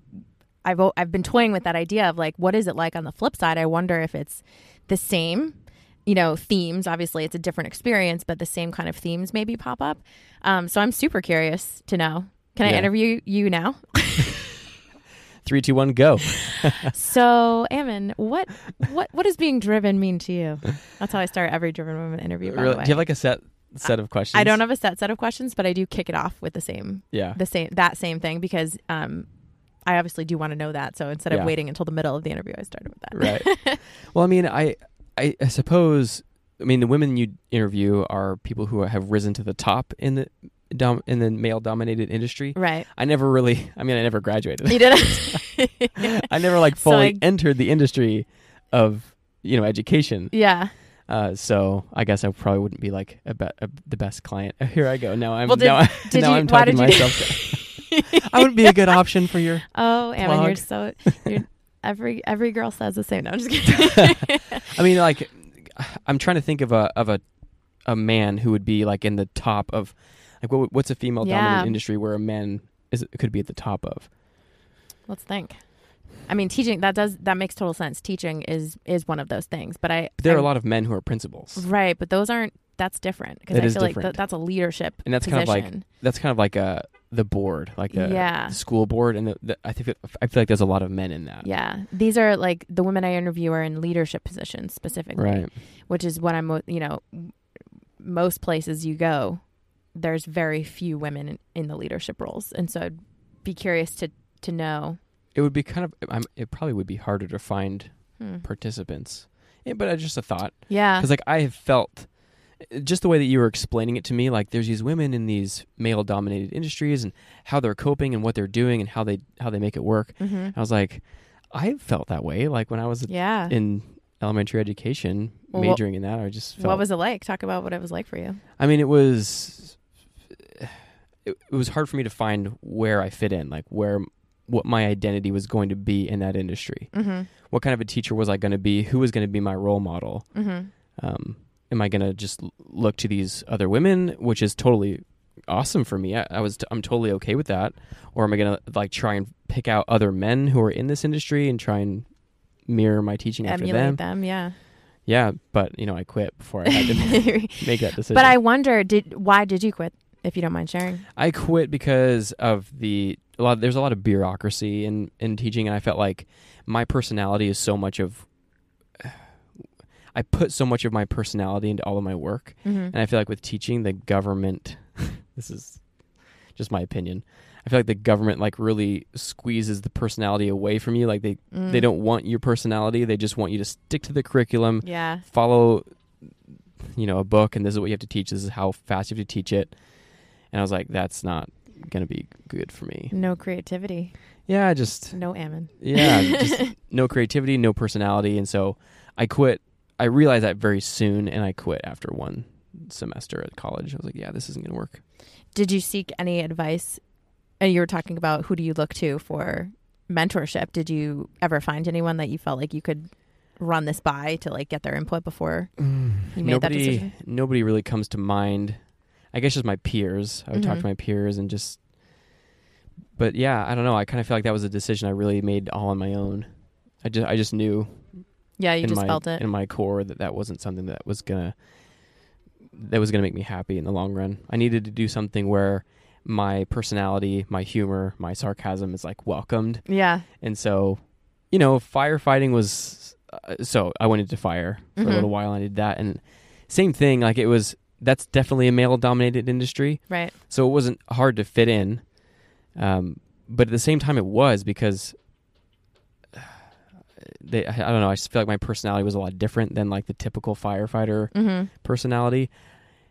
I've o- I've been toying with that idea of like, what is it like on the flip side? I wonder if it's the same, you know, themes. Obviously, it's a different experience, but the same kind of themes maybe pop up. Um, so I'm super curious to know. Can I
Yeah.
interview you now?
Three, two, one, go.
so, Ammon, what what what does being driven mean to you? That's how I start every driven woman interview. By
Really-
the
Do
way.
you have like a set set of questions?
I don't have a set set of questions, but I do kick it off with the same
Yeah.
the same that same thing because um I obviously do want to know that. So instead of
Yeah.
waiting until the middle of the interview, I started with that.
Right. Well, I mean, I, I I suppose. I mean, the women you interview are people who have risen to the top in the dom- in the male dominated industry.
Right.
I never really. I mean, I never graduated.
You did it.
I never like
So
fully
I-
entered the industry of you know education.
yeah.
Uh, so I guess I probably wouldn't be like a be- a, the best client. Here I go. Now I'm
Well, did-
now, I-
did
now
you-
I'm
why
talking
did you-
myself. down. I wouldn't be a good option for your.
Oh, Ammon, you're
Plug.
so you're every every girl says the same. No, I'm just kidding.
I mean, like, I'm trying to think of a of a a man who would be like in the top of like what, what's a female
Yeah.
dominant industry where a man is could be at the top of.
Let's think. I mean, teaching that does that makes total sense. Teaching is is one of those things, but I
There are
I-
a lot of men who are principals.
right, but those aren't that's different because
That
I
is
feel like
different.
th- that's a leadership
And that's kind of
position.
like- That's kind of like a the board, like the
yeah,
school board, and the, the, I think that- I feel like there's a lot of men in that.
yeah. These are like the women I interview are in leadership positions specifically.
Right.
which is what I'm, mo- you know, m- most places you go, there's very few women in, in the leadership roles, and so I'd be curious to to know.
It would be kind of. I'm, it probably would be harder to find
Hmm.
participants. Yeah, but I just a thought
Yeah,
because like I have felt eh, just the way that you were explaining it to me like there's these women in these male dominated industries and how they're coping and what they're doing and how they how they make it work.
hmm
I was like I felt that way like when I was
yeah.
in elementary education
Well, what-
majoring in that I just felt
What was it like? Talk about what it was like for you.
I mean it was it, it was hard for me to find where I fit in like where what my identity was going to be in that industry.
Mm-hmm.
What kind of a teacher was I going to be? Who was going to be my role model?
Mm-hmm.
um, am I going to just l- look to these other women, which is totally awesome for me. I, I was t- I'm totally okay with that. Or am I going to like try and pick out other men who are in this industry and try and mirror my teaching after
Emulate
them?
them. yeah.
Yeah, but you know, I quit before I had to ma-
but
make that decision.
I wonder, did why did you quit? If you don't mind sharing.
I quit because of the a lot. There's a lot of bureaucracy in in teaching, and I felt like my personality is so much of. I put so much of my personality into all of my work,
Mm-hmm.
And I feel like with teaching, the government, this is just my opinion. I feel like the government like really squeezes the personality away from you. Like they
Mm.
they don't want your personality. They just want you to stick to the curriculum,
Yeah.
follow you know a book and this is what you have to teach. This is how fast you have to teach it. And I was like, that's not gonna be good for me.
No creativity.
Yeah, I just
No ammon.
yeah, just no creativity, no personality, and so I quit. I realized that very soon, and I quit after one semester at college. I was like, yeah, this isn't gonna work.
Did you seek any advice? And you were talking about who do you look to for mentorship? Did you ever find anyone that you felt like you could run this by to like get their input before you made that
Mm. nobody,
decision?
nobody really comes to mind. I guess just my peers. I would talk
Mhm.
to my peers and just. But yeah, I don't know. I kind of feel like that was a decision I really made all on my own. I just, I just knew
Yeah, you
in
just
my
felt it.
in my core that that wasn't something that was gonna that was gonna make me happy in the long run. I needed to do something where my personality, my humor, my sarcasm is like welcomed,
yeah.
and so you know, firefighting was uh, so I went into fire for a
Mhm.
little while. and I did that, and same thing. Like it was that's definitely a male dominated industry,
Right.
so it wasn't hard to fit in. Um, but at the same time, it was because they, I I don't know, I just feel like my personality was a lot different than like the typical firefighter
Mm-hmm.
personality.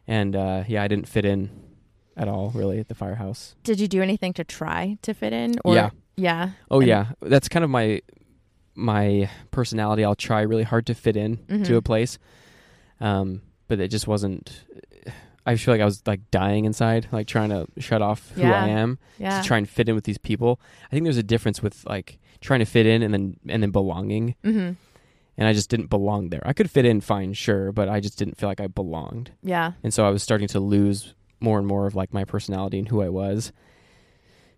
And uh, yeah, I didn't fit in at all really at the firehouse.
Did you do anything to try to fit in? Or
Yeah.
Yeah.
Oh
And-
yeah, that's kind of my my personality. I'll try really hard to fit in
Mhm.
to a place, um, but it just wasn't. I feel like I was like dying inside, like trying to shut off who
Yeah.
I am.
Yeah.
to try and fit in with these people. I think there's a difference with like trying to fit in and then and then belonging.
mm-hmm.
And I just didn't belong there. I could fit in fine, sure, but I just didn't feel like I belonged.
Yeah.
And so I was starting to lose more and more of like my personality and who I was.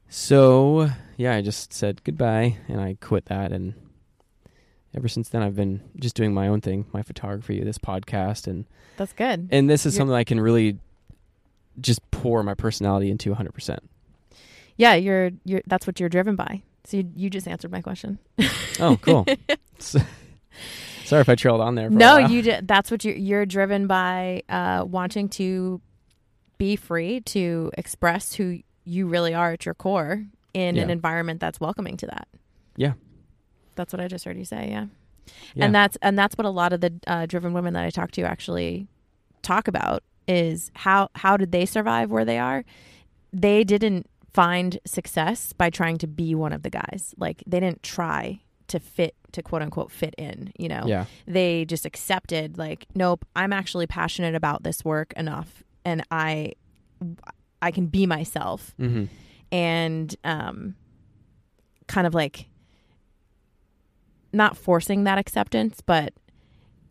So yeah, I just said goodbye and I quit that and ever since then I've been just doing my own thing, my photography, this podcast and
That's good.
and this is
You're-
something I can really just pour my personality into 100%.
yeah, you're you're that's what you're driven by. So you, you just answered my question.
Oh, cool. S- Sorry if I trailed on there. For a
No,
while.
you d- that's what you're you're driven by uh wanting to be free to express who you really are at your core in an
Yeah.
environment that's welcoming to that.
Yeah.
That's what I just heard you say, yeah.
Yeah.
And that's and that's what a lot of the uh, driven women that I talk to actually talk about is how how did they survive where they are? They didn't find success by trying to be one of the guys. Like they didn't try to fit to quote unquote fit in, you know
Yeah.
they just accepted like nope i'm actually passionate about this work enough and i i can be myself
Mm-hmm.
and um kind of like not forcing that acceptance but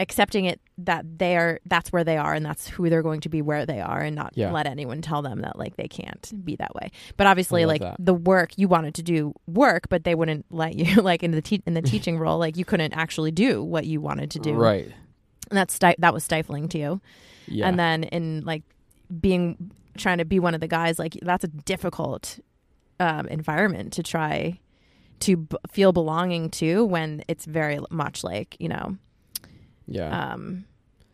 accepting it that they are that's where they are and that's who they're going to be where they are and not
Yeah.
let anyone tell them that like they can't be that way but obviously
I love
like
that.
the work you wanted to do work but they wouldn't let you like in the te- in the teaching role like you couldn't actually do what you wanted to do
Right.
and that's sti- that was stifling to you
Yeah.
and then in like being trying to be one of the guys like that's a difficult um, environment to try to b- feel belonging to when it's very much like you know
yeah.
um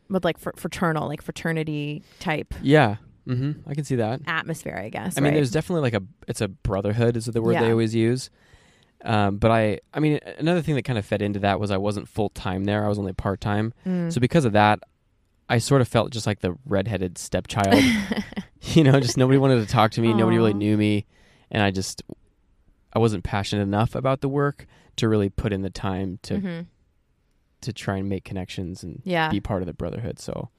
with like fr- fraternal like fraternity type
yeah. Mm-hmm. I can see that.
atmosphere i guess
I mean,
right?
there's definitely like a it's a brotherhood is the word
Yeah.
they always use. Um, but I, I mean, another thing that kind of fed into that was I wasn't full time there. I was only part time.
Mm.
So because of that, I sort of felt just like the redheaded stepchild. you know, just nobody wanted to talk to me. Nobody really
Aw.
knew me, and I just I wasn't passionate enough about the work to really put in the time to
Mhm.
to try and make connections and
yeah
be part of the brotherhood. So,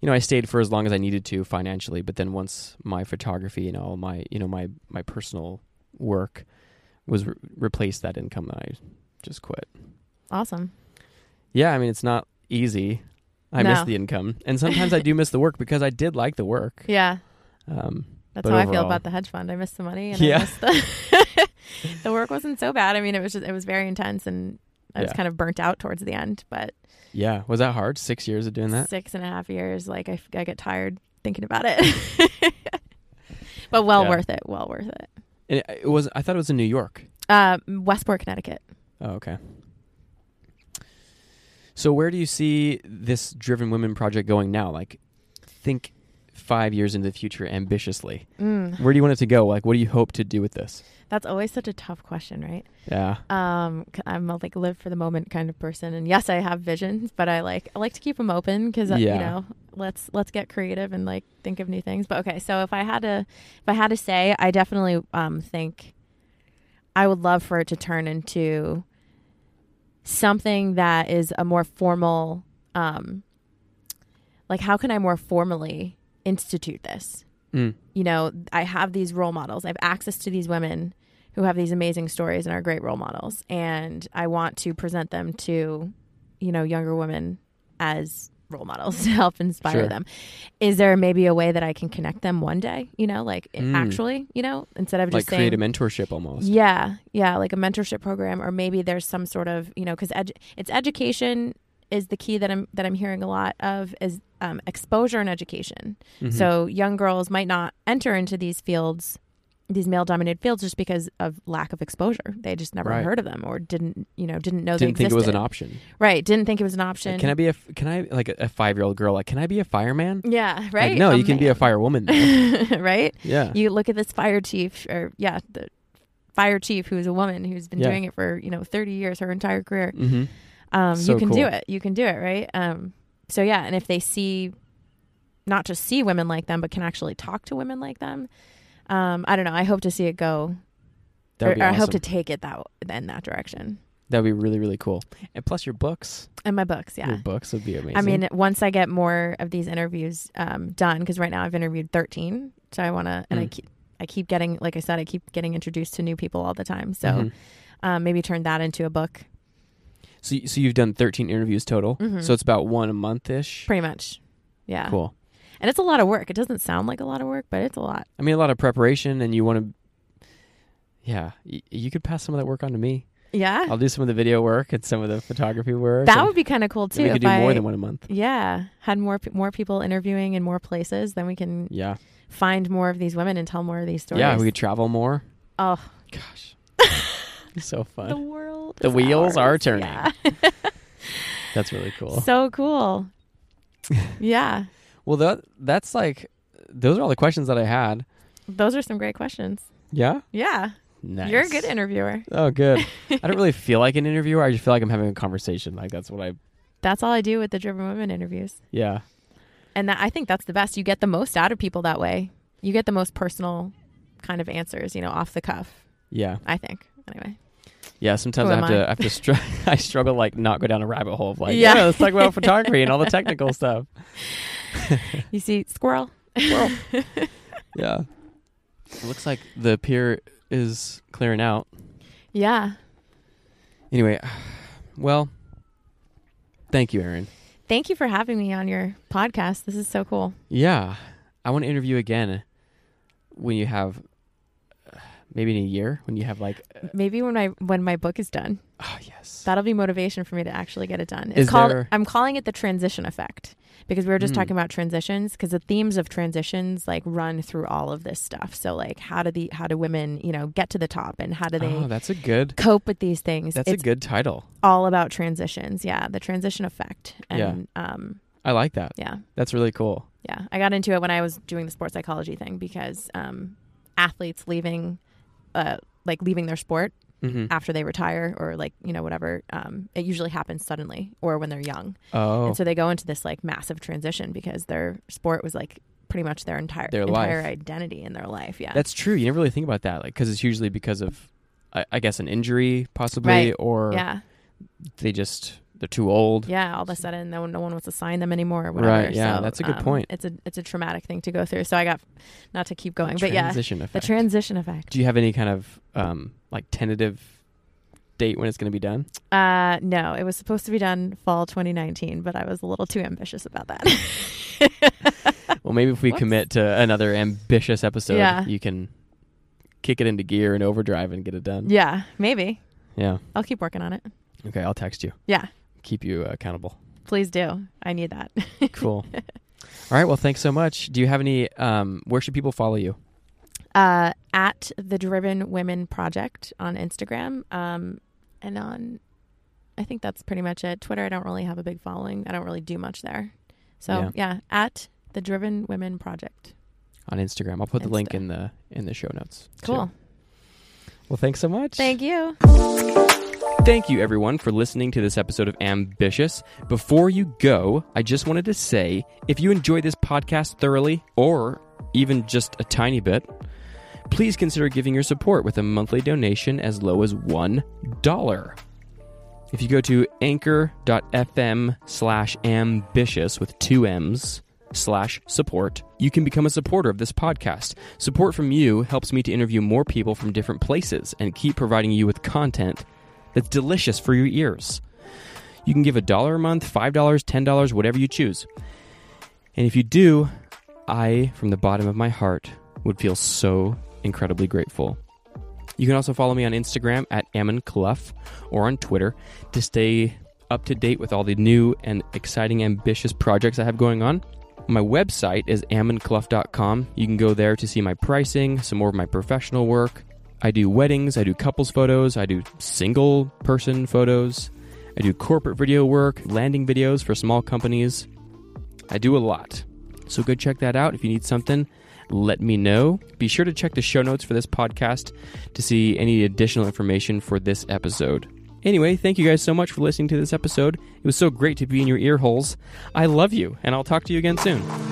you know, I stayed for as long as I needed to financially, but then once my photography and all my, you know, my my personal work was re- replaced that income, and I just quit.
awesome
Yeah, I mean, it's not easy. I miss
No.
the income, and sometimes I do miss the work because I did like the work.
yeah
Um,
that's
But
how i feel
overall-
about the hedge fund i missed the money and
Yeah.
I missed the, the work wasn't so bad i mean it was just it was very intense and i was
Yeah.
kind of burnt out towards the end but
yeah, was that hard? Six years of doing that.
six and a half years. Like I, f- I get tired thinking about it, but well
Yeah.
worth it. Well worth it.
And it, it was. I thought it was in New York.
Uh, Westport, Connecticut.
Oh, okay. So where do you see this Driven Women project going now? Like, think five years into the future ambitiously.
Mm,
Where do you want it to go? Like, what do you hope to do with this?
that's always such a tough question, right?
Yeah.
Um, c- I'm a, like live for the moment kind of person, and yes, I have visions, but I like I like to keep them open because you
Yeah.
know let's let's get creative and like think of new things. But okay, so if I had to if I had to say, I definitely um think I would love for it to turn into something that is a more formal um like how can I more formally institute this?
Mm.
you know, I have these role models. I have access to these women who have these amazing stories and are great role models. And I want to present them to, you know, younger women as role models to help inspire
Sure.
them. Is there maybe a way that I can connect them one day, you know, like
Mm.
actually, you know, instead of
Like
just saying,
create a mentorship almost.
yeah, yeah, like a mentorship program, or maybe there's some sort of you know because edu- it's education is the key that I'm that I'm hearing a lot of is um, exposure and education.
Mhm.
So young girls might not enter into these fields, these male dominated fields, just because of lack of exposure. They just never
Right.
heard of them or didn't you know didn't know
Didn't
they
think it was
existed.
an option.
right. Didn't think it was an option.
Can I be a f- can I like a- a five year old girl? Like, can I be a fireman?
yeah. Right.
Like, no, you can be a firewoman. though.
be a right.
yeah.
you look at this fire chief or yeah the fire chief who's a woman who's been
Yeah.
doing it for you know 30 years her entire career
hmm
um
So
you can
cool.
do it you can do it right um so yeah and if they see not just see women like them but can actually talk to women like them um i don't know i hope to see it go
That would
or,
be
or
awesome.
i hope to take it that in that direction
that would be really really cool. And plus your books,
and my books
your
yeah
books would be amazing.
I mean, once I get more of these interviews um, done, because right now I've interviewed 13, so I want to, and I
Mm.
keep, I keep getting, like I said, I keep getting introduced to new people all the time. So
Mhm.
um, maybe turn that into a book,
so y- so you've done thirteen interviews total.
Mhm.
So it's about one a month ish.
pretty much. Yeah,
Cool.
and it's a lot of work. It doesn't sound like a lot of work, but it's a lot.
I mean, a lot of preparation, and you want to. Yeah, y- you could pass some of that work on to me.
Yeah,
I'll do some of the video work and some of the photography work.
that
and
would be kind of cool
then
too.
We could
if
do more
I-
than one a month.
Yeah, had more pe- more people interviewing in more places, then we can
Yeah,
find more of these women and tell more of these stories.
yeah. We could travel more.
oh,
Gosh, it's so
the
fun.
world.
The
is
wheels are
ours.
turning.
Yeah.
That's really cool.
So cool. yeah.
well, that that's like those are all the questions that I had.
Those are some great questions.
Yeah,
Yeah.
nice.
You're a good interviewer.
Oh, good. I don't really feel like an interviewer. I just feel like I'm having a conversation. Like that's what I.
That's all I do with the Driven Women interviews.
Yeah,
And that, I think that's the best. You get the most out of people that way. You get the most personal kind of answers, you know, off the cuff,
yeah,
I think. Anyway.
yeah. Sometimes
Who
I
am
have to.
I?
I have to. Str- I struggle like not go down a rabbit hole of like. Yeah.
Yeah.
let's talk about photography and all the technical stuff.
You see, squirrel.
Yeah. It looks like the pier is clearing out.
Yeah.
Anyway, well, thank you, Aaron.
Thank you for having me on your podcast. This is so cool.
Yeah, I want to interview again when you have uh, maybe in a year when you have like uh,
Maybe when my when my book is done,
oh yes
that'll be motivation for me to actually get it done. It's
Is
called
there-
I'm calling it the transition effect because we were just
Mm.
talking about transitions because the themes of transitions like run through all of this stuff. So like how do the how do women, you know, get to the top and how do they
oh that's a good
cope with these things?
that's
it's
a good title
all about transitions. Yeah, the transition effect. And um
I like that
yeah.
that's really cool
Yeah, I got into it when I was doing the sports psychology thing because um, athletes leaving, uh, like leaving their sport
mm-hmm.
after they retire or like you know whatever, um, it usually happens suddenly or when they're young,
oh
and so they go into this like massive transition because their sport was like pretty much their entire
Their
entire
life.
identity in their life. Yeah,
that's true you never really think about that like because it's usually because of I, I guess an injury possibly
Right.
or
yeah,
they just they're too old
yeah. All of a sudden, no, no one wants to sign them anymore or whatever.
Right, yeah,
So, um,
that's a good point.
It's a it's a traumatic thing to go through. So I got not to keep going, but yeah,
transition
the
effect
transition effect.
Do you have any kind of um, like tentative date when it's going to be done?
Uh, no, it was supposed to be done fall 2019, but I was a little too ambitious about that.
Well, maybe if we
Whoops.
commit to another ambitious episode,
Yeah.
you can kick it into gear and overdrive and get it done.
yeah, maybe.
Yeah.
I'll keep working on it.
Okay, I'll text you.
Yeah.
Keep you uh, accountable.
Please do. I need that.
Cool. All right. Well, thanks so much. Do you have any? Um, where should people follow you?
Uh, at the Driven Women Project on Instagram. Um, and on, I think that's pretty much it. Twitter, I don't really have a big following. I don't really do much there. So, yeah, at the Driven Women Project.
On Instagram. I'll put the link
Insta.
in the in the show notes. too.
Cool.
Well, thanks so much.
Thank you.
Thank you, everyone, for listening to this episode of Ambitious. Before you go, I just wanted to say if you enjoyed this podcast thoroughly, or even just a tiny bit, please consider giving your support with a monthly donation as low as $1. If you go to anchor.fm slash ambitious with two M's slash support, you can become a supporter of this podcast. Support from you helps me to interview more people from different places and keep providing you with content that's delicious for your ears. You can give a dollar a month, $5, $10, whatever you choose. And if you do, I, from the bottom of my heart, would feel so incredibly grateful. You can also follow me on Instagram at Ammon Clough or on Twitter to stay up to date with all the new and exciting, ambitious projects I have going on. My website is ammonclough.com. You can go there to see my pricing, some more of my professional work. I do weddings, I do couples photos, I do single person photos, I do corporate video work, landing videos for small companies. I do a lot. So go check that out. If you need something, let me know. Be sure to check the show notes for this podcast to see any additional information for this episode. Anyway, thank you guys so much for listening to this episode. It was so great to be in your ear holes. I love you, and I'll talk to you again soon.